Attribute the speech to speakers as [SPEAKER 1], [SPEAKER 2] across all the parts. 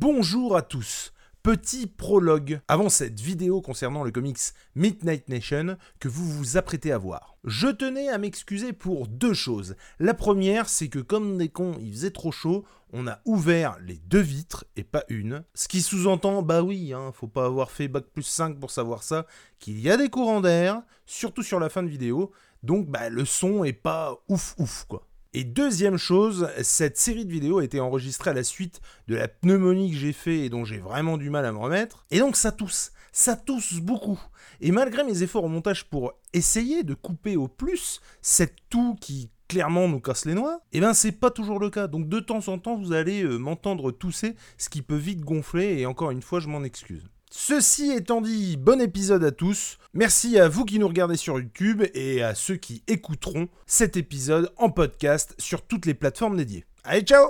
[SPEAKER 1] Bonjour à tous. Petit prologue avant cette vidéo concernant le comics Midnight Nation que vous vous apprêtez à voir. Je tenais à m'excuser pour deux choses. La première, c'est que comme des cons, il faisait trop chaud, on a ouvert les deux vitres et pas une. Ce qui sous-entend, bah oui, hein, faut pas avoir fait bac plus 5 pour savoir ça, qu'il y a des courants d'air, surtout sur la fin de vidéo, donc bah, le son est pas ouf ouf quoi. Et deuxième chose, cette série de vidéos a été enregistrée à la suite de la pneumonie que j'ai fait et dont j'ai vraiment du mal à me remettre. Et donc ça tousse, ça tousse beaucoup. Et malgré mes efforts au montage pour essayer de couper au plus cette toux qui clairement nous casse les noix, et ben c'est pas toujours le cas. Donc de temps en temps, vous allez euh, m'entendre tousser, ce qui peut vite gonfler et encore une fois, je m'en excuse. Ceci étant dit, bon épisode à tous. Merci à vous qui nous regardez sur YouTube et à ceux qui écouteront cet épisode en podcast sur toutes les plateformes dédiées. Allez, ciao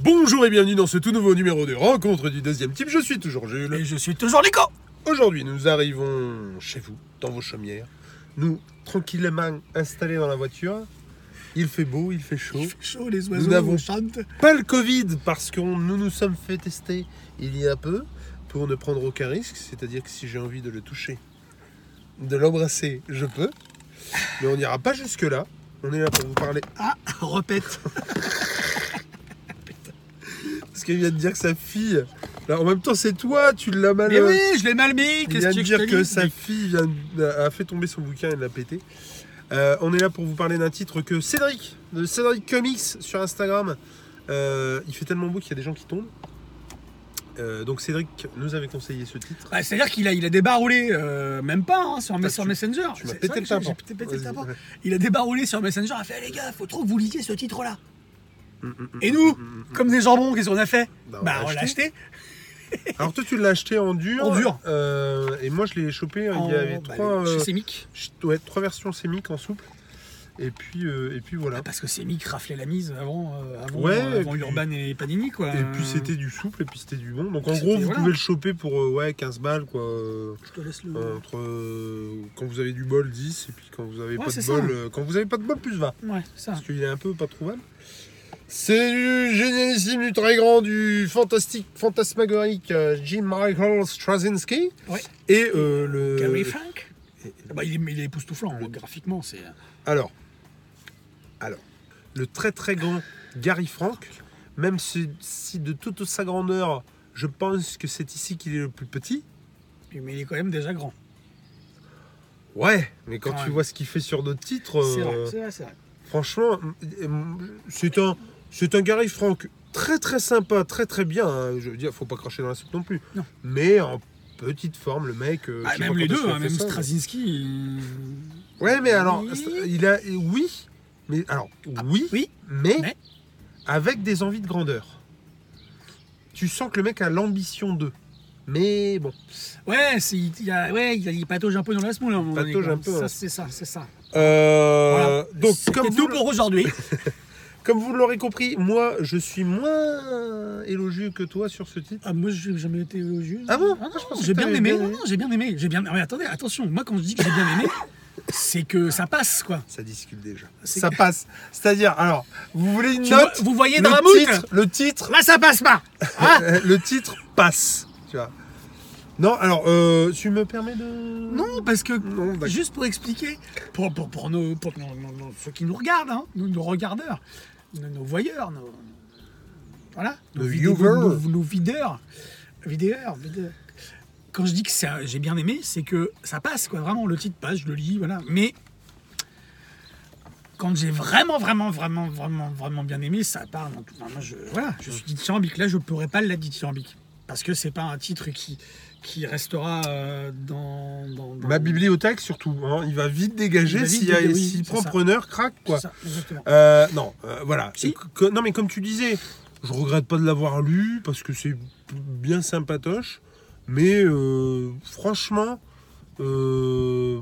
[SPEAKER 2] Bonjour et bienvenue dans ce tout nouveau numéro de Rencontre du deuxième type. Je suis toujours Jules.
[SPEAKER 3] Et je suis toujours Nico
[SPEAKER 2] Aujourd'hui, nous arrivons chez vous, dans vos chaumières. Nous, tranquillement installés dans la voiture. Il fait beau, il fait chaud.
[SPEAKER 3] Chaud les
[SPEAKER 2] oiseaux, on
[SPEAKER 3] chante.
[SPEAKER 2] Pas le Covid, parce que on- nous nous sommes fait tester il y a peu pour ne prendre aucun risque. C'est-à-dire que si j'ai envie de le toucher, de l'embrasser, je peux. Mais on n'ira pas jusque-là. On est là pour vous parler.
[SPEAKER 3] Repète.
[SPEAKER 2] Parce qu'il vient de dire que sa fille. Là, en même temps, c'est toi, tu l'as mal.
[SPEAKER 3] Mais oui, je l'ai mal mis.
[SPEAKER 2] Il
[SPEAKER 3] Qu'est-ce
[SPEAKER 2] vient de
[SPEAKER 3] que tu veux
[SPEAKER 2] dire
[SPEAKER 3] je te
[SPEAKER 2] que
[SPEAKER 3] dise
[SPEAKER 2] sa fille vient- a fait tomber son bouquin et l'a pété. Euh, on est là pour vous parler d'un titre que Cédric, de Cédric Comics sur Instagram, euh, il fait tellement beau qu'il y a des gens qui tombent. Euh, donc Cédric nous avait conseillé ce titre.
[SPEAKER 3] Bah, C'est-à-dire qu'il a, il a débarroulé, euh, même pas, hein, sur, mes-
[SPEAKER 2] Bah,
[SPEAKER 3] sur
[SPEAKER 2] tu-
[SPEAKER 3] Messenger.
[SPEAKER 2] tu m'as
[SPEAKER 3] C'est-
[SPEAKER 2] pété
[SPEAKER 3] c'est vrai
[SPEAKER 2] le
[SPEAKER 3] que j'ai-
[SPEAKER 2] tympan.
[SPEAKER 3] j'ai pété le
[SPEAKER 2] Vas-y.
[SPEAKER 3] tympan. Il a débarroulé sur Messenger, il a fait Eh, les gars, faut trop que vous lisiez ce titre-là.
[SPEAKER 2] Mm, mm, mm,
[SPEAKER 3] Et nous,
[SPEAKER 2] mm, mm, mm.
[SPEAKER 3] Comme des jambons, qu'est-ce qu'on a fait
[SPEAKER 2] Bah, on
[SPEAKER 3] Bah,
[SPEAKER 2] l'a
[SPEAKER 3] on l'a
[SPEAKER 2] acheté.
[SPEAKER 3] acheté.
[SPEAKER 2] Alors toi tu l'as acheté en dur.
[SPEAKER 3] En dur.
[SPEAKER 2] Euh, et moi je l'ai chopé.
[SPEAKER 3] en-
[SPEAKER 2] il y avait
[SPEAKER 3] bah,
[SPEAKER 2] trois,
[SPEAKER 3] Chez
[SPEAKER 2] euh,
[SPEAKER 3] Semic.
[SPEAKER 2] ch- ouais, trois versions sémiques en souple. Et puis euh, et puis voilà.
[SPEAKER 3] Bah, parce que Semic raflait la mise avant, euh, avant,
[SPEAKER 2] Ouais,
[SPEAKER 3] euh,
[SPEAKER 2] et
[SPEAKER 3] avant
[SPEAKER 2] puis-
[SPEAKER 3] Urban et Panini, quoi.
[SPEAKER 2] Et puis c'était du souple et puis c'était du bon. Donc en
[SPEAKER 3] bah, euh, C'était-
[SPEAKER 2] gros vous
[SPEAKER 3] voilà.
[SPEAKER 2] pouvez le choper pour euh, ouais 15 balles quoi. euh,
[SPEAKER 3] Je te laisse le.
[SPEAKER 2] Euh, Entre euh, quand vous avez du bol 10 et puis quand vous avez
[SPEAKER 3] Ouais,
[SPEAKER 2] pas
[SPEAKER 3] c'est
[SPEAKER 2] de
[SPEAKER 3] ça. Ah.
[SPEAKER 2] bol euh, quand vous avez pas de bol plus 20
[SPEAKER 3] Ouais, c'est ça.
[SPEAKER 2] parce qu'il est un peu pas trouvable. C'est du génialissime, du très grand, du fantastique, fantasmagorique euh, Jim Michael Straczynski.
[SPEAKER 3] Ouais.
[SPEAKER 2] Et euh, le.
[SPEAKER 3] Gary Frank
[SPEAKER 2] et-
[SPEAKER 3] bah, il, est, il est époustouflant, hein, graphiquement, c'est.
[SPEAKER 2] Alors, alors, le très très grand Gary Frank, même si, si de toute sa grandeur, je pense que c'est ici qu'il est le plus petit.
[SPEAKER 3] Mais il est quand même déjà grand.
[SPEAKER 2] Ouais, mais quand
[SPEAKER 3] Quand
[SPEAKER 2] tu
[SPEAKER 3] même.
[SPEAKER 2] vois ce qu'il fait sur d'autres titres.
[SPEAKER 3] C'est vrai,
[SPEAKER 2] euh,
[SPEAKER 3] c'est vrai, c'est vrai.
[SPEAKER 2] Franchement, m- c'est un, c'est un Gary Frank très très sympa, très très bien. hein. Je veux dire, faut pas cracher dans la soupe non plus.
[SPEAKER 3] Non.
[SPEAKER 2] Mais en petite forme, le mec. euh,
[SPEAKER 3] Ah,
[SPEAKER 2] je sais
[SPEAKER 3] même
[SPEAKER 2] pas
[SPEAKER 3] les
[SPEAKER 2] quand
[SPEAKER 3] deux,
[SPEAKER 2] est-ce qu'il a
[SPEAKER 3] hein,
[SPEAKER 2] fait
[SPEAKER 3] même
[SPEAKER 2] ça, mais-
[SPEAKER 3] Straczynski. euh,
[SPEAKER 2] Ouais, mais alors,
[SPEAKER 3] Oui. Ah,
[SPEAKER 2] Stra- il a, oui, mais alors, oui,
[SPEAKER 3] oui,
[SPEAKER 2] mais,
[SPEAKER 3] mais-
[SPEAKER 2] avec des envies de grandeur. Tu sens que le mec a l'ambition d'eux. Mais bon.
[SPEAKER 3] Ouais, c'est- il y a, ouais, il y a- il patauge un peu dans la semoule. à un moment donné,
[SPEAKER 2] patauge
[SPEAKER 3] quoi.
[SPEAKER 2] un peu, ouais.
[SPEAKER 3] Ça, c'est ça, c'est ça.
[SPEAKER 2] Euh,
[SPEAKER 3] Voilà.
[SPEAKER 2] Donc,
[SPEAKER 3] C'était
[SPEAKER 2] comme
[SPEAKER 3] tout
[SPEAKER 2] vous,
[SPEAKER 3] pour aujourd'hui.
[SPEAKER 2] comme vous l'aurez compris, moi, je suis moins élogieux que toi sur ce titre.
[SPEAKER 3] ah, moi, j'ai jamais été élogieux.
[SPEAKER 2] Ah bon
[SPEAKER 3] non,
[SPEAKER 2] Ah, je pensais
[SPEAKER 3] J'ai
[SPEAKER 2] que
[SPEAKER 3] bien
[SPEAKER 2] t'avais
[SPEAKER 3] aimé.
[SPEAKER 2] bien
[SPEAKER 3] Non,
[SPEAKER 2] aimé.
[SPEAKER 3] non, j'ai bien aimé. J'ai bien. Mais attendez, attention. Moi, quand je dis que j'ai bien aimé, c'est que ça passe, quoi.
[SPEAKER 2] Ça discute déjà.
[SPEAKER 3] C'est-
[SPEAKER 2] Ça passe. C'est-à-dire, alors, vous voulez une
[SPEAKER 3] Tu vois,
[SPEAKER 2] note
[SPEAKER 3] vous voyez
[SPEAKER 2] le
[SPEAKER 3] Dramout
[SPEAKER 2] titre, le titre,
[SPEAKER 3] Là, ça passe pas. Ah
[SPEAKER 2] euh, le titre passe. Tu vois. Non, alors, euh, tu me permets de.
[SPEAKER 3] Non, parce que
[SPEAKER 2] Non, bah, d'accord.
[SPEAKER 3] Juste pour expliquer, pour, pour, pour nos, pour nos- nos- nos- ceux qui nous regardent, hein, nos, nos regardeurs, nos, nos voyeurs, nos, voilà, nos,
[SPEAKER 2] Nos
[SPEAKER 3] vidéos-
[SPEAKER 2] viewers.
[SPEAKER 3] nos- nos videurs, videurs, videurs. Quand je dis que c'est un- j'ai bien aimé, c'est que ça passe, quoi, vraiment, le titre passe, je le lis, voilà. Mais quand j'ai vraiment, vraiment, vraiment, vraiment, vraiment bien aimé, ça part. dans tout- enfin, moi, je, voilà, je suis dithyrambique. Là, je ne pourrais pas l'être dithyrambique. Parce que c'est pas un titre qui, qui restera euh, dans, dans, dans-
[SPEAKER 2] Ma bibliothèque, surtout. hein, il va vite
[SPEAKER 3] Il
[SPEAKER 2] dégager
[SPEAKER 3] va vite
[SPEAKER 2] s'il y a-
[SPEAKER 3] dégager, oui,
[SPEAKER 2] s'il
[SPEAKER 3] c'est
[SPEAKER 2] prend
[SPEAKER 3] ça.
[SPEAKER 2] preneur, craque, quoi.
[SPEAKER 3] C'est ça, exactement.
[SPEAKER 2] Euh, non, euh, voilà.
[SPEAKER 3] Si.
[SPEAKER 2] Que- non, mais comme tu disais, je regrette pas de l'avoir lu parce que c'est p- bien sympatoche. Mais euh, franchement, euh,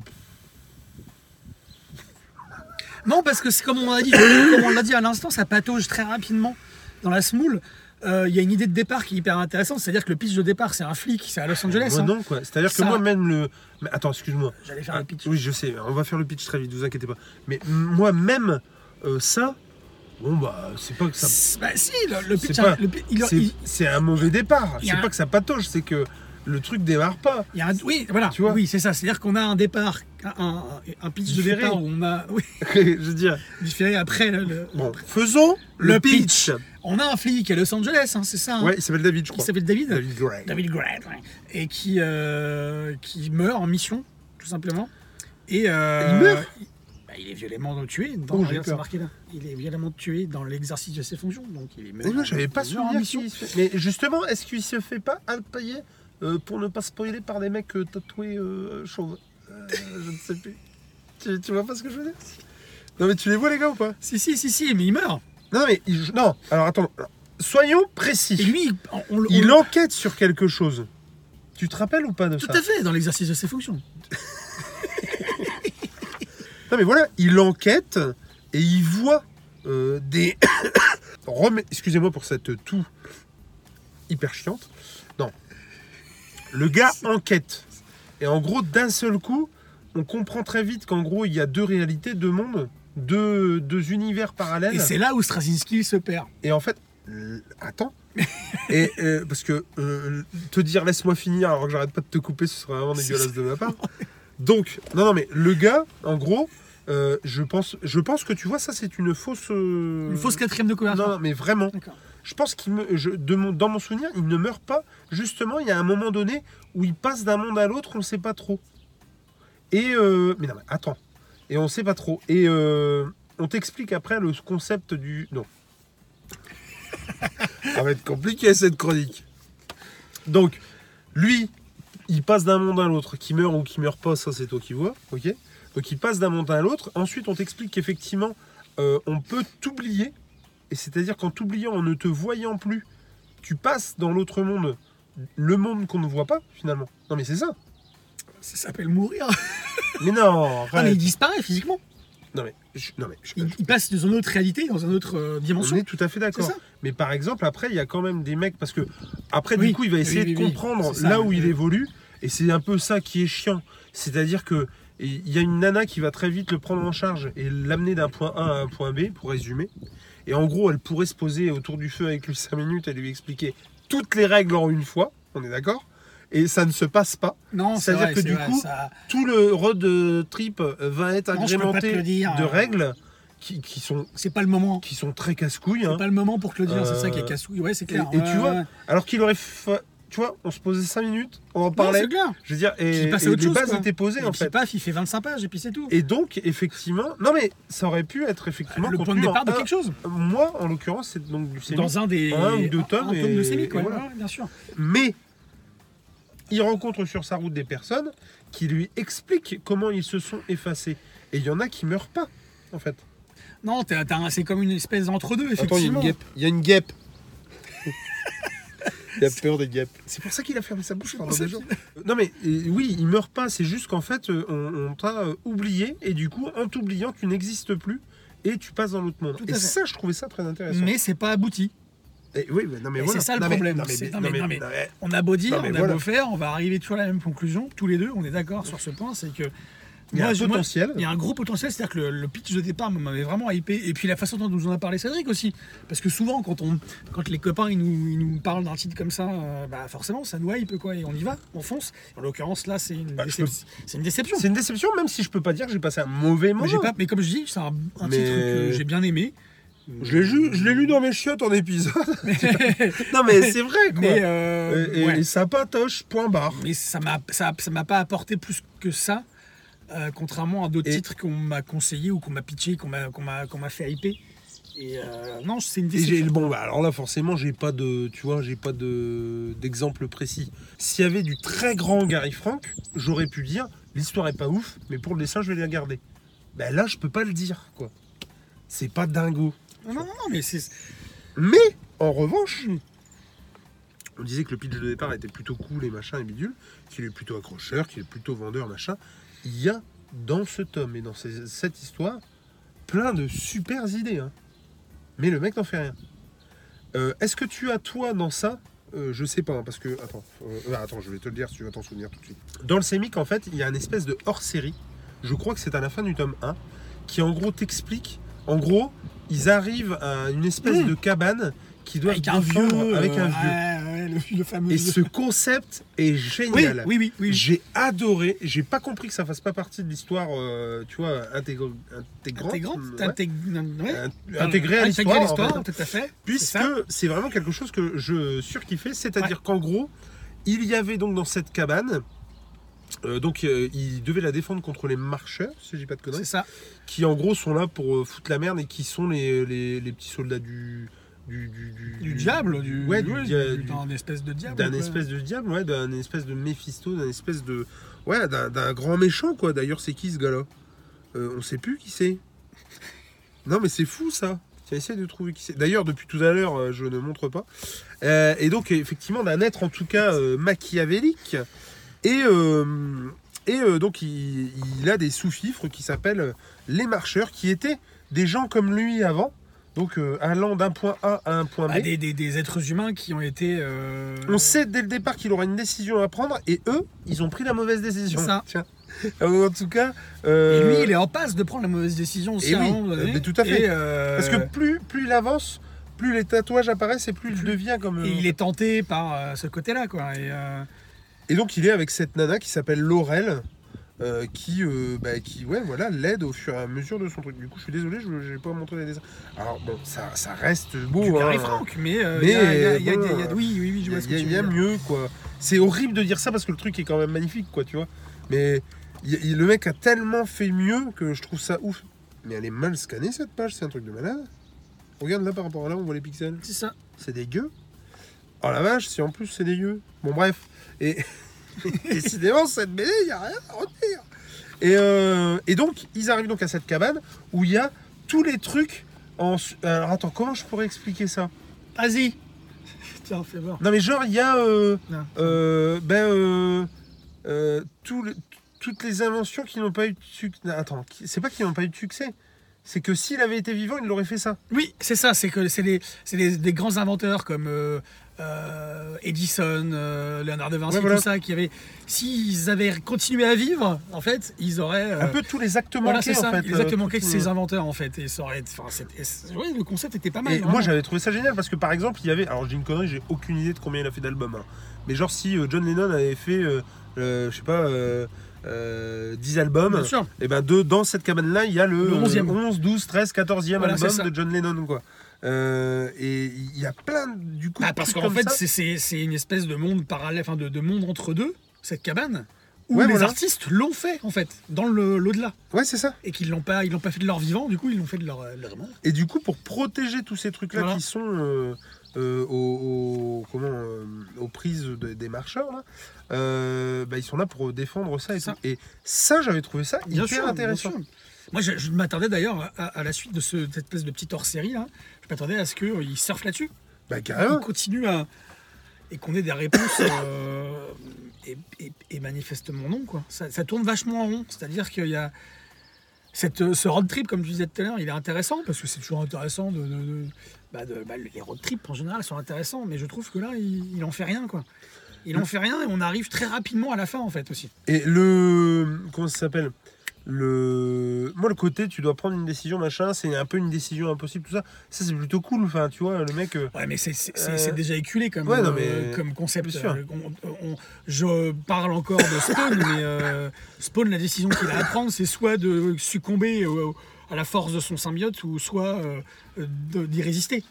[SPEAKER 3] Non, parce que c'est comme on l'a dit, comme on l'a dit à l'instant, ça patauge très rapidement dans la smoule. Euh, Il y a une idée de départ qui est hyper intéressante, c'est-à-dire que le pitch de départ, c'est un flic, c'est à Los Angeles.
[SPEAKER 2] Ouais,
[SPEAKER 3] hein.
[SPEAKER 2] non, quoi. C'est-à-dire que
[SPEAKER 3] Ça-
[SPEAKER 2] moi, même le. Mais attends, excuse-moi.
[SPEAKER 3] J'allais faire le
[SPEAKER 2] Ah,
[SPEAKER 3] pitch.
[SPEAKER 2] Oui, je sais, on va faire le pitch très vite, vous inquiétez pas. Mais moi, même euh, ça, bon, bah, c'est pas que ça.
[SPEAKER 3] C'est- Bah si, le, le
[SPEAKER 2] C'est
[SPEAKER 3] pitch,
[SPEAKER 2] pas-
[SPEAKER 3] le pi- il,
[SPEAKER 2] C'est
[SPEAKER 3] il-
[SPEAKER 2] c'est un mauvais départ.
[SPEAKER 3] il y a
[SPEAKER 2] C'est
[SPEAKER 3] un-
[SPEAKER 2] pas que ça patauge, c'est que le truc démarre pas.
[SPEAKER 3] il y a un- oui, voilà,
[SPEAKER 2] Tu vois
[SPEAKER 3] oui, c'est ça. C'est-à-dire qu'on a un départ, un- un, un pitch
[SPEAKER 2] Différé.
[SPEAKER 3] de départ où on a, oui,
[SPEAKER 2] je veux dire.
[SPEAKER 3] différé après. le- le-
[SPEAKER 2] Bon, faisons le,
[SPEAKER 3] Le
[SPEAKER 2] pitch.
[SPEAKER 3] pitch. On a un flic à Los Angeles, hein, c'est ça. hein,
[SPEAKER 2] Ouais, il s'appelle David, je
[SPEAKER 3] qui
[SPEAKER 2] crois.
[SPEAKER 3] s'appelle David.
[SPEAKER 2] David Gray.
[SPEAKER 3] David Gray, ouais. et qui, euh, qui meurt en mission, tout simplement. Et, euh,
[SPEAKER 2] Il meurt
[SPEAKER 3] il- bah, Il est violemment tué. Dans,
[SPEAKER 2] Oh, j'ai
[SPEAKER 3] regarde, c'est
[SPEAKER 2] peur.
[SPEAKER 3] marqué là. Il est violemment tué dans l'exercice de ses fonctions. Donc il est meurt.
[SPEAKER 2] Oh non, j'avais pas
[SPEAKER 3] il meurt en
[SPEAKER 2] souvenir
[SPEAKER 3] mission.
[SPEAKER 2] qu'il se fait- Mais justement, est-ce qu'il se fait pas alpailler euh, pour ne pas spoiler par des mecs euh, tatoués euh, chauves Euh, Je ne sais plus. Tu, tu vois pas ce que je veux dire Non, mais tu les vois, les gars, ou pas
[SPEAKER 3] Si, si, si, si, mais il meurt.
[SPEAKER 2] Non, mais il- non. Alors attends, soyons précis.
[SPEAKER 3] Et lui, on, on le- on
[SPEAKER 2] il
[SPEAKER 3] le-
[SPEAKER 2] enquête sur quelque chose. Tu te rappelles ou pas de
[SPEAKER 3] Tout
[SPEAKER 2] ça
[SPEAKER 3] à fait, dans l'exercice de ses fonctions.
[SPEAKER 2] Non, mais voilà, il enquête et il voit euh, des. Rem- Excusez-moi pour cette toux hyper chiante. Non. Le gars enquête. Et en gros, d'un seul coup, on comprend très vite qu'en gros, il y a deux réalités, deux mondes, deux, deux univers parallèles.
[SPEAKER 3] Et c'est là où Straczynski se perd.
[SPEAKER 2] Et en fait, euh, attends. et euh, parce que euh, te dire laisse-moi finir alors que j'arrête pas de te couper, ce serait vraiment dégueulasse de ma part. Donc, non, non, mais le gars, en gros, euh, je, pense, je pense que tu vois, ça c'est une fausse. euh,
[SPEAKER 3] Une fausse quatrième de
[SPEAKER 2] Non,
[SPEAKER 3] couverture.
[SPEAKER 2] non, mais vraiment.
[SPEAKER 3] D'accord.
[SPEAKER 2] Je pense qu'il me. je- de mon- dans mon souvenir, il ne meurt pas. Justement, il y a un moment donné où il passe d'un monde à l'autre, on ne sait pas trop. Et. euh, mais non, mais attends. Et on ne sait pas trop. Et euh, on t'explique après le concept du. Non. Ça va être compliqué cette chronique. Donc, lui, il passe d'un monde à l'autre. Qui meurt ou qui meurt pas, ça c'est toi qui vois. Ok Donc, il passe d'un monde à l'autre. Ensuite, on t'explique qu'effectivement, euh, on peut t'oublier. Et c'est-à-dire qu'en t'oubliant, en ne te voyant plus, tu passes dans l'autre monde, le monde qu'on ne voit pas finalement. Non mais c'est ça.
[SPEAKER 3] Ça s'appelle mourir.
[SPEAKER 2] Mais non,
[SPEAKER 3] Ah, mais il
[SPEAKER 2] arrête.
[SPEAKER 3] disparaît physiquement.
[SPEAKER 2] non mais, je- non mais, je-
[SPEAKER 3] Il,
[SPEAKER 2] je-
[SPEAKER 3] il passe dans une autre réalité, dans une autre euh,
[SPEAKER 2] on
[SPEAKER 3] dimension.
[SPEAKER 2] est tout à fait d'accord.
[SPEAKER 3] C'est ça.
[SPEAKER 2] Mais par exemple, après, il y a quand même des mecs parce que après,
[SPEAKER 3] Oui,
[SPEAKER 2] du coup, il va
[SPEAKER 3] oui,
[SPEAKER 2] essayer
[SPEAKER 3] oui,
[SPEAKER 2] de
[SPEAKER 3] oui,
[SPEAKER 2] comprendre
[SPEAKER 3] c'est ça,
[SPEAKER 2] là
[SPEAKER 3] oui,
[SPEAKER 2] où il
[SPEAKER 3] oui.
[SPEAKER 2] évolue, et c'est un peu ça qui est chiant. C'est-à-dire que il y a une nana qui va très vite le prendre en charge et l'amener d'un point A à un point B, pour résumer. Et en gros, elle pourrait se poser autour du feu avec lui 5 minutes et lui expliquer toutes les règles en une fois. On est d'accord Et ça ne se passe pas.
[SPEAKER 3] Non, c'est
[SPEAKER 2] C'est-à-dire
[SPEAKER 3] vrai,
[SPEAKER 2] que
[SPEAKER 3] c'est
[SPEAKER 2] du
[SPEAKER 3] vrai,
[SPEAKER 2] coup,
[SPEAKER 3] ça-
[SPEAKER 2] Tout le road trip va être
[SPEAKER 3] Non, je peux pas te
[SPEAKER 2] agrémenté
[SPEAKER 3] le dire.
[SPEAKER 2] de règles qui, qui sont,
[SPEAKER 3] c'est pas le moment.
[SPEAKER 2] qui sont très casse-couilles. hein.
[SPEAKER 3] C'est pas le moment pour te le dire, c'est ça qui
[SPEAKER 2] Euh,
[SPEAKER 3] est cassouille. Ouais, c'est clair.
[SPEAKER 2] et- et
[SPEAKER 3] Ouais,
[SPEAKER 2] tu vois,
[SPEAKER 3] ouais.
[SPEAKER 2] Alors qu'il aurait. fa- Tu vois, on se posait 5 minutes, on en
[SPEAKER 3] Non,
[SPEAKER 2] parlait.
[SPEAKER 3] c'est clair.
[SPEAKER 2] Je veux dire, et,
[SPEAKER 3] Qu'il passe à
[SPEAKER 2] et les
[SPEAKER 3] autre chose,
[SPEAKER 2] bases
[SPEAKER 3] quoi.
[SPEAKER 2] étaient posées
[SPEAKER 3] Et
[SPEAKER 2] en
[SPEAKER 3] puis,
[SPEAKER 2] fait.
[SPEAKER 3] paf, il fait 25 pages et puis c'est tout.
[SPEAKER 2] Et donc, effectivement, non mais ça aurait pu être effectivement
[SPEAKER 3] le point de
[SPEAKER 2] contenu en
[SPEAKER 3] départ de
[SPEAKER 2] un-
[SPEAKER 3] quelque chose.
[SPEAKER 2] Moi, en l'occurrence, ah, c'est donc du sémique.
[SPEAKER 3] Dans un des.
[SPEAKER 2] un ou deux
[SPEAKER 3] un-
[SPEAKER 2] tomes
[SPEAKER 3] Un tome
[SPEAKER 2] et-
[SPEAKER 3] de Sémic,
[SPEAKER 2] et
[SPEAKER 3] ouais,
[SPEAKER 2] voilà.
[SPEAKER 3] ouais, bien sûr.
[SPEAKER 2] Mais il rencontre sur sa route des personnes qui lui expliquent comment ils se sont effacés. Et il y en a qui meurent pas, en fait.
[SPEAKER 3] Non, t'as- t'as un- c'est comme une espèce d'entre-deux, effectivement.
[SPEAKER 2] Il y a une guêpe. Il a peur des guêpes. C'est pour ça qu'il a fermé sa bouche pendant
[SPEAKER 3] pour ça
[SPEAKER 2] deux jours. Non mais euh, oui, il meurt pas. C'est juste qu'en fait, euh, on, on t'a euh, oublié et du coup, en t'oubliant, tu n'existes plus et tu passes dans l'autre monde.
[SPEAKER 3] Tout à
[SPEAKER 2] Et
[SPEAKER 3] fait.
[SPEAKER 2] ça, je trouvais ça très intéressant.
[SPEAKER 3] mais c'est pas abouti.
[SPEAKER 2] Et oui, mais non mais
[SPEAKER 3] Et
[SPEAKER 2] voilà.
[SPEAKER 3] c'est ça le
[SPEAKER 2] Non, mais-
[SPEAKER 3] problème,
[SPEAKER 2] non, mais-
[SPEAKER 3] c'est-
[SPEAKER 2] non,
[SPEAKER 3] non, mais-
[SPEAKER 2] mais-
[SPEAKER 3] non, mais-
[SPEAKER 2] non, mais-
[SPEAKER 3] On a beau dire,
[SPEAKER 2] Non, mais
[SPEAKER 3] on a
[SPEAKER 2] voilà.
[SPEAKER 3] beau faire, on va arriver toujours à la même conclusion. Tous les deux, on est d'accord sur ce point, c'est que.
[SPEAKER 2] Il y a
[SPEAKER 3] moi,
[SPEAKER 2] un
[SPEAKER 3] je- moi,
[SPEAKER 2] potentiel.
[SPEAKER 3] Il y a un gros potentiel, c'est-à-dire que le, le pitch de départ m'avait vraiment hypé. Et puis la façon dont nous en a parlé Cédric aussi. Parce que souvent, quand, on, quand les copains ils nous, ils nous parlent d'un titre comme ça, euh, bah forcément, ça nous hype quoi. Et on y va, on fonce. En l'occurrence, là, c'est une,
[SPEAKER 2] Bah, je
[SPEAKER 3] décep- c'est une déception.
[SPEAKER 2] C'est une déception, même si je peux pas dire que j'ai passé un mauvais
[SPEAKER 3] Mais,
[SPEAKER 2] moment.
[SPEAKER 3] j'ai pas, mais comme je dis, c'est un, un
[SPEAKER 2] Mais-
[SPEAKER 3] titre que j'ai bien aimé.
[SPEAKER 2] Je l'ai ju- je l'ai lu dans mes chiottes en épisode. non mais c'est vrai quoi.
[SPEAKER 3] Mais, euh,
[SPEAKER 2] et, et-
[SPEAKER 3] ouais.
[SPEAKER 2] et ça patoche, point barre.
[SPEAKER 3] Mais ça m'a ça, ça m'a pas apporté plus que ça, euh, contrairement à d'autres
[SPEAKER 2] Et-
[SPEAKER 3] titres qu'on m'a conseillé ou qu'on m'a pitché, qu'on m'a qu'on m'a qu'on m'a fait hyper. Et euh, non, c'est une
[SPEAKER 2] Et j'ai-
[SPEAKER 3] déception.
[SPEAKER 2] bon bah, alors là forcément j'ai pas de tu vois j'ai pas de d'exemple précis. S'il y avait du très grand Gary Frank, j'aurais pu dire l'histoire est pas ouf, mais pour le dessin je vais la garder. Ben là je peux pas le dire quoi. C'est pas dingo.
[SPEAKER 3] Non, non, non, mais c'est
[SPEAKER 2] Mais en revanche, on disait que le pitch de départ était plutôt cool et machin et bidule, qu'il est plutôt accrocheur, qu'il est plutôt vendeur machin. Il y a dans ce tome et dans ces- cette histoire plein de super idées. hein. Mais le mec n'en fait rien. Euh, Est-ce que tu as toi dans ça euh, Je sais pas, hein, parce que. Attends, euh, euh, attends, je vais te le dire si tu vas t'en souvenir tout de suite. Dans le sémic, en fait, il y a une espèce de hors-série. Je crois que c'est à la fin du tome 1, qui en gros t'explique. En gros, ils arrivent à une espèce
[SPEAKER 3] Mmh.
[SPEAKER 2] de cabane qui doit
[SPEAKER 3] Avec un vieux.
[SPEAKER 2] Avec
[SPEAKER 3] euh,
[SPEAKER 2] un vieux.
[SPEAKER 3] ouais, ouais, le, le fameux.
[SPEAKER 2] Et
[SPEAKER 3] vieux.
[SPEAKER 2] ce concept est
[SPEAKER 3] oui,
[SPEAKER 2] génial.
[SPEAKER 3] oui, oui, oui.
[SPEAKER 2] J'ai adoré, j'ai pas compris que ça fasse pas partie de l'histoire, euh, tu vois, intégr- intégrante,
[SPEAKER 3] Intégrante,
[SPEAKER 2] ouais.
[SPEAKER 3] intég- ouais.
[SPEAKER 2] In- intégrée à l'histoire.
[SPEAKER 3] Intégrée à
[SPEAKER 2] en fait.
[SPEAKER 3] l'histoire, tout à fait.
[SPEAKER 2] Puisque
[SPEAKER 3] C'est ça.
[SPEAKER 2] c'est vraiment quelque chose que je surkiffais, c'est-à-dire qu'en gros, il y avait donc dans cette cabane, euh, donc euh, il devait la défendre contre les marcheurs, si je dis pas de conneries,
[SPEAKER 3] C'est ça.
[SPEAKER 2] qui en gros sont là pour euh, foutre la merde et qui sont les, les, les petits soldats du. Du, du, du-
[SPEAKER 3] Du diable, du.
[SPEAKER 2] Ouais, du, dia- du-
[SPEAKER 3] D'un espèce de diable.
[SPEAKER 2] d'un
[SPEAKER 3] quoi.
[SPEAKER 2] espèce de diable, ouais, d'un espèce de Méphisto, d'un espèce de. Ouais, d'un- d'un grand méchant, quoi. D'ailleurs, c'est qui ce gars-là Euh, On sait plus qui c'est. Non, mais c'est fou ça. Tiens, essaye de trouver qui c'est. D'ailleurs, depuis tout à l'heure, euh, je ne montre pas. Euh, et donc, effectivement, d'un être en tout cas euh, machiavélique. Et, euh, et euh, donc, il, il a des sous-fifres qui s'appellent euh, les marcheurs, qui étaient des gens comme lui avant. Donc, euh, allant d'un point A à un point B.
[SPEAKER 3] Ah, des, des, des êtres humains qui ont été. euh,
[SPEAKER 2] On sait dès le départ qu'il aura une décision à prendre et eux, ils ont pris la mauvaise décision.
[SPEAKER 3] C'est ça.
[SPEAKER 2] Tiens. Ah, En tout cas.
[SPEAKER 3] Et
[SPEAKER 2] euh,
[SPEAKER 3] lui, il est en passe de prendre la mauvaise décision aussi
[SPEAKER 2] et
[SPEAKER 3] à un
[SPEAKER 2] oui,
[SPEAKER 3] moment donné.
[SPEAKER 2] mais tout à fait.
[SPEAKER 3] Et, euh,
[SPEAKER 2] Parce que plus, plus il avance, plus les tatouages apparaissent et plus, il
[SPEAKER 3] Plus-
[SPEAKER 2] devient comme. euh,
[SPEAKER 3] et il est tenté par euh, ce côté-là, quoi. Et, euh,
[SPEAKER 2] Et donc il est avec cette nana qui s'appelle Laurel. euh, qui, euh, bah, qui ouais, voilà, l'aide au fur et à mesure de son truc. Du coup, je suis désolé, je n'ai pas montré les dessins. Alors, bon, ça, ça reste beau.
[SPEAKER 3] du Barry
[SPEAKER 2] hein.
[SPEAKER 3] Frank, mais euh,
[SPEAKER 2] Mais,
[SPEAKER 3] il y a- il y a- il y a-
[SPEAKER 2] bon,
[SPEAKER 3] il y a- oui, oui, oui, je
[SPEAKER 2] Il y a,
[SPEAKER 3] vois ce que tu
[SPEAKER 2] il y a
[SPEAKER 3] veux dire.
[SPEAKER 2] mieux, quoi. C'est horrible de dire ça parce que le truc est quand même magnifique, quoi, tu vois. Mais il- il- le mec a tellement fait mieux que je trouve ça ouf. Mais elle est mal scannée, cette page, c'est un truc de malade. Regarde là par rapport à là, on voit les pixels.
[SPEAKER 3] C'est ça.
[SPEAKER 2] C'est dégueu. Oh la vache, si en plus c'est dégueu. Bon, bref. Et décidément, cette BD, il n'y a rien à retenir. Et, euh, et donc, ils arrivent donc à cette cabane où il y a tous les trucs en. su- Alors attends, comment je pourrais expliquer ça
[SPEAKER 3] Vas-y. Tiens, fais voir.
[SPEAKER 2] non mais genre il y a euh,
[SPEAKER 3] Non.
[SPEAKER 2] euh, ben euh, euh, tout le- toutes les inventions qui n'ont pas eu de succès. Attends, qui- c'est pas qu'ils n'ont pas eu de succès, c'est que s'il avait été vivant, il aurait fait ça.
[SPEAKER 3] Oui, c'est ça, c'est que c'est des, c'est des, des grands inventeurs comme euh, euh, Edison, euh, Léonard de Vinci,
[SPEAKER 2] Ouais, voilà.
[SPEAKER 3] tout ça, qui avaient. S'ils avaient continué à vivre, en fait, ils auraient. euh,
[SPEAKER 2] Un peu tous les actes
[SPEAKER 3] voilà,
[SPEAKER 2] manqués
[SPEAKER 3] c'est ça,
[SPEAKER 2] en fait.
[SPEAKER 3] les actes
[SPEAKER 2] euh,
[SPEAKER 3] manqués de
[SPEAKER 2] tout-
[SPEAKER 3] ces inventeurs, en fait. Et ça aurait. Enfin, c'était- c'est- ouais, le concept était pas mal. hein.
[SPEAKER 2] Et
[SPEAKER 3] vraiment.
[SPEAKER 2] moi j'avais trouvé ça génial parce que par exemple il y avait, alors j'ai une connerie, j'ai aucune idée de combien il a fait d'albums. hein. Mais genre si euh, John Lennon avait fait, euh, euh, je sais pas, euh, euh, 10 albums,
[SPEAKER 3] Bien sûr.
[SPEAKER 2] Et ben de, dans cette cabane là, il y a le,
[SPEAKER 3] Le 11e.
[SPEAKER 2] euh, 11, 12, 13, 14e
[SPEAKER 3] Voilà, c'est
[SPEAKER 2] album
[SPEAKER 3] ça.
[SPEAKER 2] de John Lennon quoi. Euh, et il y a plein de- du coup
[SPEAKER 3] Bah,
[SPEAKER 2] de
[SPEAKER 3] parce
[SPEAKER 2] trucs
[SPEAKER 3] qu'en
[SPEAKER 2] comme
[SPEAKER 3] fait,
[SPEAKER 2] ça.
[SPEAKER 3] c'est- c'est c'est une espèce de monde parallèle, enfin de, de monde entre deux, cette cabane, où
[SPEAKER 2] Ouais,
[SPEAKER 3] les
[SPEAKER 2] voilà.
[SPEAKER 3] artistes l'ont fait, en fait, dans le- l'au-delà.
[SPEAKER 2] Ouais, c'est ça.
[SPEAKER 3] Et qu'ils l'ont pas, ils l'ont pas fait de leur vivant, du coup, ils l'ont fait de leur, euh, leur mort.
[SPEAKER 2] Et du coup pour protéger tous ces trucs là
[SPEAKER 3] Voilà.
[SPEAKER 2] qui sont euh, euh, aux, aux- comment euh, aux prises de- des marcheurs là, euh, bah, ils sont là pour défendre ça et
[SPEAKER 3] C'est
[SPEAKER 2] ça. Et ça j'avais trouvé ça
[SPEAKER 3] Bien
[SPEAKER 2] hyper
[SPEAKER 3] sûr, bien
[SPEAKER 2] intéressant.
[SPEAKER 3] sûr. Moi, je, je m'attendais d'ailleurs à, à la suite de ce, cette espèce de petite hors-série, là. Je m'attendais à ce qu'ils surfent là-dessus.
[SPEAKER 2] Bah
[SPEAKER 3] On
[SPEAKER 2] carrément.
[SPEAKER 3] continue à. et qu'on ait des réponses. euh, et, et- et manifestement non, quoi. Ça, ça tourne vachement en rond. C'est-à-dire qu'il y a. cette- euh, ce road trip, comme tu disais tout à l'heure, il est intéressant parce que c'est toujours intéressant de. de- de- bah, de- bah, les road trips en général sont intéressants, mais je trouve que là, il, il en fait rien, quoi. Il en fait rien et on arrive très rapidement à la fin, en fait, aussi.
[SPEAKER 2] Et le. Comment ça s'appelle le... Moi, le côté, tu dois prendre une décision, machin, c'est un peu une décision impossible, tout ça. Ça, c'est plutôt cool. Enfin, tu vois, le mec. euh,
[SPEAKER 3] Ouais, mais c'est- c'est c'est-
[SPEAKER 2] Euh,
[SPEAKER 3] c'est déjà éculé comme,
[SPEAKER 2] ouais, non,
[SPEAKER 3] euh,
[SPEAKER 2] mais-
[SPEAKER 3] comme concept.
[SPEAKER 2] bien sûr.
[SPEAKER 3] Euh, on- on- je parle encore de Spawn, mais euh, Spawn, la décision qu'il a à prendre, c'est soit de succomber au- à la force de son symbiote, ou soit euh, de- d'y résister.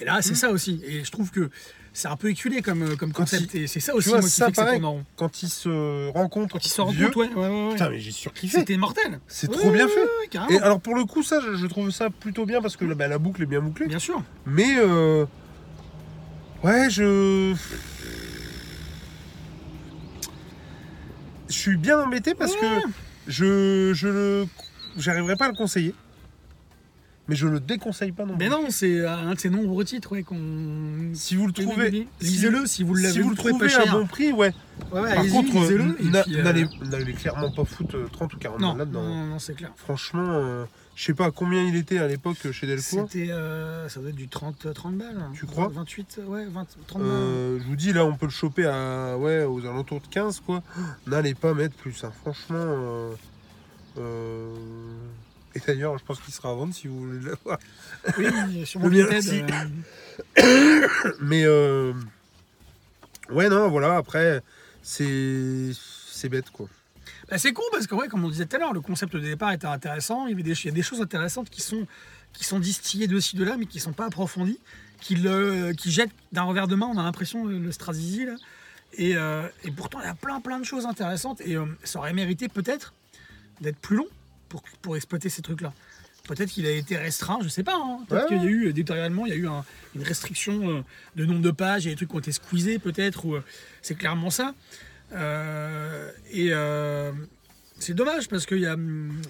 [SPEAKER 3] Et là, c'est ça aussi. Et je trouve que c'est un peu éculé comme, euh, comme
[SPEAKER 2] Mm. Quand
[SPEAKER 3] concept. Et c'est ça aussi,
[SPEAKER 2] vois,
[SPEAKER 3] moi, qui
[SPEAKER 2] ça,
[SPEAKER 3] fait que ça
[SPEAKER 2] pareil.
[SPEAKER 3] tourne en rond.
[SPEAKER 2] Quand il se rencontre.
[SPEAKER 3] Quand il sort en
[SPEAKER 2] vieux,
[SPEAKER 3] compte, ouais, ouais, ouais, ouais.
[SPEAKER 2] Putain, mais j'ai surkiffé.
[SPEAKER 3] C'était mortel.
[SPEAKER 2] C'est
[SPEAKER 3] Ouais,
[SPEAKER 2] trop bien
[SPEAKER 3] ouais,
[SPEAKER 2] fait.
[SPEAKER 3] ouais, carrément.
[SPEAKER 2] Et alors, pour le coup, ça, je, je trouve ça plutôt bien parce que bah, la boucle est bien bouclée.
[SPEAKER 3] Bien sûr.
[SPEAKER 2] Mais. euh, Ouais, je. Je suis bien embêté parce que je. Je le. J'arriverai pas à le conseiller. mais je le déconseille pas non plus.
[SPEAKER 3] Mais non, c'est un de ces nombreux titres ouais, qu'on.
[SPEAKER 2] Si vous le trouvez,
[SPEAKER 3] lisez-le si vous l'avez
[SPEAKER 2] si vous le
[SPEAKER 3] trouvez
[SPEAKER 2] trouvez
[SPEAKER 3] pas
[SPEAKER 2] à
[SPEAKER 3] cher.
[SPEAKER 2] bon prix, ouais.
[SPEAKER 3] Ouais, ouais,
[SPEAKER 2] Par
[SPEAKER 3] allez-y,
[SPEAKER 2] contre, euh,
[SPEAKER 3] lisez-le. et
[SPEAKER 2] n'a-
[SPEAKER 3] puis, euh,
[SPEAKER 2] n'allez n'allez clairement pas foutre euh, 30 ou 40
[SPEAKER 3] Non,
[SPEAKER 2] balles là-dedans.
[SPEAKER 3] non, non, c'est clair.
[SPEAKER 2] Franchement, euh, je sais pas à combien il était à l'époque euh, chez Delcourt.
[SPEAKER 3] C'était, euh, ça doit être du 30, 30 balles.
[SPEAKER 2] Tu crois
[SPEAKER 3] 28, ouais, 20, 30 balles.
[SPEAKER 2] Euh, je vous dis, là, on peut le choper à, ouais, aux alentours de 15, quoi. N'allez pas mettre plus, hein. franchement. euh, euh, Et d'ailleurs, je pense qu'il sera à vendre si vous voulez l'avoir.
[SPEAKER 3] Oui, oui, sûrement
[SPEAKER 2] le mien
[SPEAKER 3] Vinted,
[SPEAKER 2] aussi.
[SPEAKER 3] euh,
[SPEAKER 2] Mais, euh, ouais, non, voilà, après, c'est c'est bête, quoi.
[SPEAKER 3] Bah, c'est con parce que, ouais, comme on disait tout à l'heure, le concept de départ était intéressant. Il y, avait des, il y a des choses intéressantes qui sont, qui sont distillées de ci, de là, mais qui ne sont pas approfondies, qui, le, qui jettent d'un revers de main, on a l'impression, le, le Strazizi. Là. Et, euh, et pourtant, il y a plein, plein de choses intéressantes. Et euh, ça aurait mérité peut-être d'être plus long pour, pour exploiter ces trucs-là. Peut-être qu'il a été restreint, je sais pas. hein. Peut-être
[SPEAKER 2] Ouais.
[SPEAKER 3] qu'il y a eu, euh, éditorialement, il y a eu un- une restriction euh, de nombre de pages, il y a des trucs qui ont été squeezés peut-être, ou euh, c'est clairement ça. Euh, et euh, c'est dommage parce que y a, hum,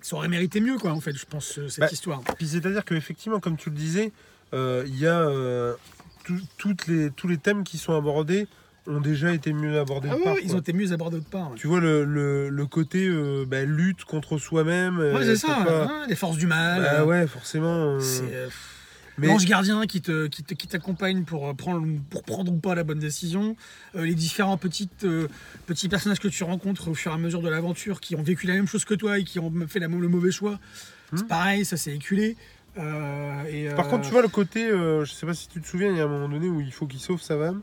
[SPEAKER 3] ça aurait mérité mieux, quoi, en fait, je pense, euh, cette
[SPEAKER 2] Bah,
[SPEAKER 3] histoire.
[SPEAKER 2] Puis c'est-à-dire qu'effectivement, comme tu le disais, euh, il y a euh, tout- toutes les, tous les thèmes qui sont abordés ont déjà été mieux abordés.
[SPEAKER 3] Ah
[SPEAKER 2] de
[SPEAKER 3] ouais,
[SPEAKER 2] part,
[SPEAKER 3] ils
[SPEAKER 2] quoi.
[SPEAKER 3] ont été mieux abordés de part. ouais.
[SPEAKER 2] Tu vois le, le- le côté euh, bah, lutte contre soi-même.
[SPEAKER 3] Ouais,
[SPEAKER 2] euh,
[SPEAKER 3] c'est ça,
[SPEAKER 2] pourquoi-
[SPEAKER 3] hein, les forces du mal.
[SPEAKER 2] Bah
[SPEAKER 3] euh,
[SPEAKER 2] ouais, forcément. euh,
[SPEAKER 3] c'est, euh, pff,
[SPEAKER 2] mais
[SPEAKER 3] L'ange gardien qui te- qui te- qui t'accompagne pour, euh, prendre, pour prendre ou pas la bonne décision, euh, les différents petites, euh, petits personnages que tu rencontres au fur et à mesure de l'aventure qui ont vécu la même chose que toi et qui ont fait la, le mauvais choix, c'est
[SPEAKER 2] Hmm.
[SPEAKER 3] pareil, ça c'est éculé. euh, et,
[SPEAKER 2] par
[SPEAKER 3] euh,
[SPEAKER 2] contre, tu vois le côté, euh, je sais pas si tu te souviens, il y a un moment donné où il faut qu'il sauve sa femme.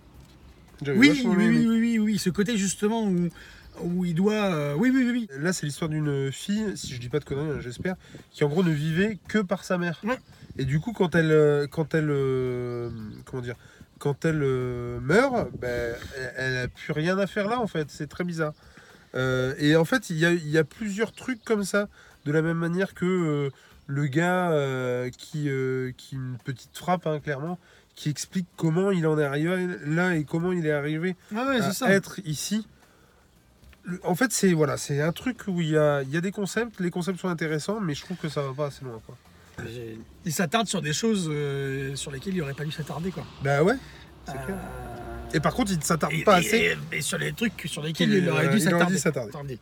[SPEAKER 2] J'avais
[SPEAKER 3] euh, Oui,
[SPEAKER 2] vachement
[SPEAKER 3] oui,
[SPEAKER 2] aimé.
[SPEAKER 3] oui, oui, oui, oui, ce côté justement où, où il doit. euh, oui, oui, oui,
[SPEAKER 2] Là, c'est l'histoire d'une fille, si je dis pas de conneries, hein, j'espère, qui en gros ne vivait que par sa mère.
[SPEAKER 3] Ouais.
[SPEAKER 2] Et du coup, quand elle, euh, quand elle, euh, comment dire, quand elle euh, meurt, ben, elle- elle a plus rien à faire là en fait. C'est très bizarre. Euh, et en fait, il y a, il y a plusieurs trucs comme ça, de la même manière que euh, le gars euh, qui, euh, qui une petite frappe, hein, clairement, qui explique comment il en est arrivé là et comment il est arrivé
[SPEAKER 3] oui. Ah ouais,
[SPEAKER 2] à
[SPEAKER 3] c'est ça.
[SPEAKER 2] Euh, être ici. Le- En fait, c'est voilà, c'est un truc où il y a, il y a des concepts, les concepts sont intéressants, mais je trouve que ça va pas assez loin. Quoi.
[SPEAKER 3] J'ai- Il s'attarde sur des choses euh, sur lesquelles il aurait pas dû s'attarder, quoi.
[SPEAKER 2] Bah ouais. c'est
[SPEAKER 3] Euh,
[SPEAKER 2] clair. Et par contre, il ne s'attarde
[SPEAKER 3] et-
[SPEAKER 2] pas
[SPEAKER 3] et-
[SPEAKER 2] assez.
[SPEAKER 3] et- et sur les trucs sur lesquels il aurait
[SPEAKER 2] Il
[SPEAKER 3] dû
[SPEAKER 2] aurait dû
[SPEAKER 3] s'attarder.
[SPEAKER 2] s'attarder.
[SPEAKER 3] S'attarder.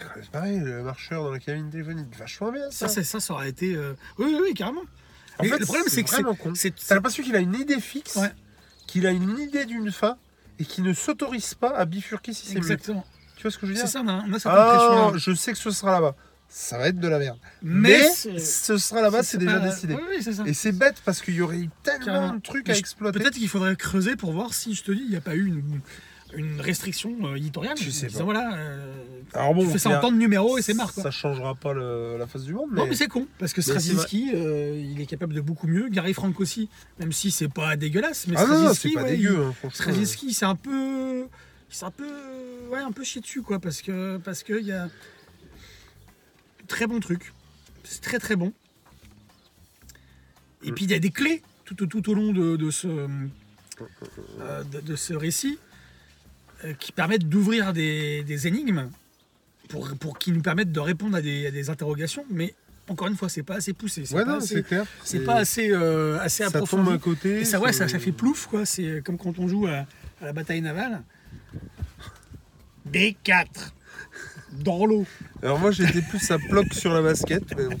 [SPEAKER 2] Ah, C'est pareil, le marcheur dans la cabine téléphonique, vachement bien ça.
[SPEAKER 3] Ça, c'est- ça, ça aurait été. euh, Oui, oui, oui, carrément.
[SPEAKER 2] en
[SPEAKER 3] Mais
[SPEAKER 2] fait,
[SPEAKER 3] le problème, c'est que c'est-
[SPEAKER 2] vraiment con.
[SPEAKER 3] C'est
[SPEAKER 2] T'as l'impression qu'il a une idée fixe,
[SPEAKER 3] Ouais.
[SPEAKER 2] qu'il a une idée d'une fin et qu'il ne s'autorise pas à bifurquer si c'est mieux.
[SPEAKER 3] exactement.
[SPEAKER 2] Tu vois ce que je veux
[SPEAKER 3] C'est
[SPEAKER 2] dire
[SPEAKER 3] ça, on a, on a cette
[SPEAKER 2] Ah,
[SPEAKER 3] impression-là.
[SPEAKER 2] je sais que ce sera là-bas. Ça va être de la merde.
[SPEAKER 3] Mais, c'est-
[SPEAKER 2] ce sera là-bas, c'est déjà
[SPEAKER 3] pas-
[SPEAKER 2] décidé.
[SPEAKER 3] Oui, oui, c'est ça.
[SPEAKER 2] Et c'est bête parce qu'il y aurait eu tellement
[SPEAKER 3] Carrément.
[SPEAKER 2] de trucs
[SPEAKER 3] Mais
[SPEAKER 2] à
[SPEAKER 3] je-
[SPEAKER 2] exploiter.
[SPEAKER 3] Peut-être qu'il faudrait creuser pour voir si, je te dis, il n'y a pas eu une, une restriction euh, éditoriale.
[SPEAKER 2] Je sais
[SPEAKER 3] En disant,
[SPEAKER 2] pas.
[SPEAKER 3] Voilà, euh,
[SPEAKER 2] Alors
[SPEAKER 3] tu fais ça en
[SPEAKER 2] clair-
[SPEAKER 3] temps de numéro et c'est marre. quoi.
[SPEAKER 2] Ça changera pas le- la face du monde, mais,
[SPEAKER 3] Non mais c'est con, parce que
[SPEAKER 2] Mais c'est
[SPEAKER 3] Straczynski, euh, il est capable de beaucoup mieux. Gary Frank aussi, même si c'est pas dégueulasse, mais
[SPEAKER 2] ah non, non, c'est
[SPEAKER 3] Straczynski,
[SPEAKER 2] pas
[SPEAKER 3] ouais,
[SPEAKER 2] dégueu,
[SPEAKER 3] il-
[SPEAKER 2] hein, franchement.
[SPEAKER 3] Straczynski, c'est un peu, c'est un peu, ouais, un peu chié dessus quoi, parce que parce que il y a très bon truc, c'est très très bon.
[SPEAKER 2] Mm.
[SPEAKER 3] Et puis il y a des clés tout au- tout au long de, de ce euh, de, de ce récit euh, qui permettent d'ouvrir des, des énigmes pour, pour qui nous permettent de répondre à des, à des interrogations, mais encore une fois, c'est pas assez poussé, c'est
[SPEAKER 2] Ouais,
[SPEAKER 3] pas,
[SPEAKER 2] non, c'est
[SPEAKER 3] assez,
[SPEAKER 2] clair.
[SPEAKER 3] c'est
[SPEAKER 2] Et
[SPEAKER 3] pas assez, euh, assez
[SPEAKER 2] Ça tombe à
[SPEAKER 3] approfondi.
[SPEAKER 2] côté.
[SPEAKER 3] Et ça, ouais, ça,
[SPEAKER 2] c'est-
[SPEAKER 3] ça fait plouf, quoi. C'est euh, comme quand on joue à, à la bataille navale. B4 dans l'eau.
[SPEAKER 2] Alors moi, j'étais plus à bloc sur la basket. mais bon.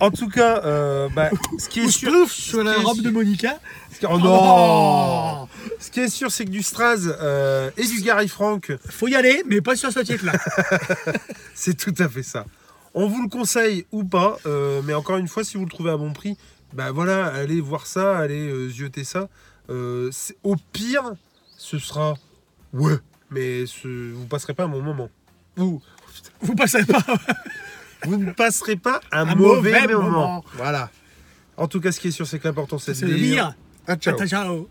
[SPEAKER 2] En tout cas, euh, bah, ce qui est
[SPEAKER 3] Ou
[SPEAKER 2] sûr.
[SPEAKER 3] splouf sur la
[SPEAKER 2] c'est-
[SPEAKER 3] robe de Oh Monica.
[SPEAKER 2] ce qui- Oh non Ce qui est sûr, c'est que du Straz euh, et du Gary Frank,
[SPEAKER 3] Faut y aller, mais pas sur ce titre-là.
[SPEAKER 2] C'est tout à fait ça. On vous le conseille ou pas, euh, mais encore une fois, si vous le trouvez à bon prix, bah voilà, allez voir ça, allez euh, zioter ça. Euh, c'est- au pire, ce sera ouais, mais ce, vous passerez pas un bon moment. Vous,
[SPEAKER 3] Vous passez pas.
[SPEAKER 2] vous ne passerez pas un,
[SPEAKER 3] Un
[SPEAKER 2] mauvais,
[SPEAKER 3] mauvais
[SPEAKER 2] moment.
[SPEAKER 3] moment.
[SPEAKER 2] Voilà. En tout cas, ce qui est sûr, c'est que l'important, c'est
[SPEAKER 3] C'est
[SPEAKER 2] de
[SPEAKER 3] le
[SPEAKER 2] lire.
[SPEAKER 3] lire.
[SPEAKER 2] Ah, ciao.
[SPEAKER 3] Ciao.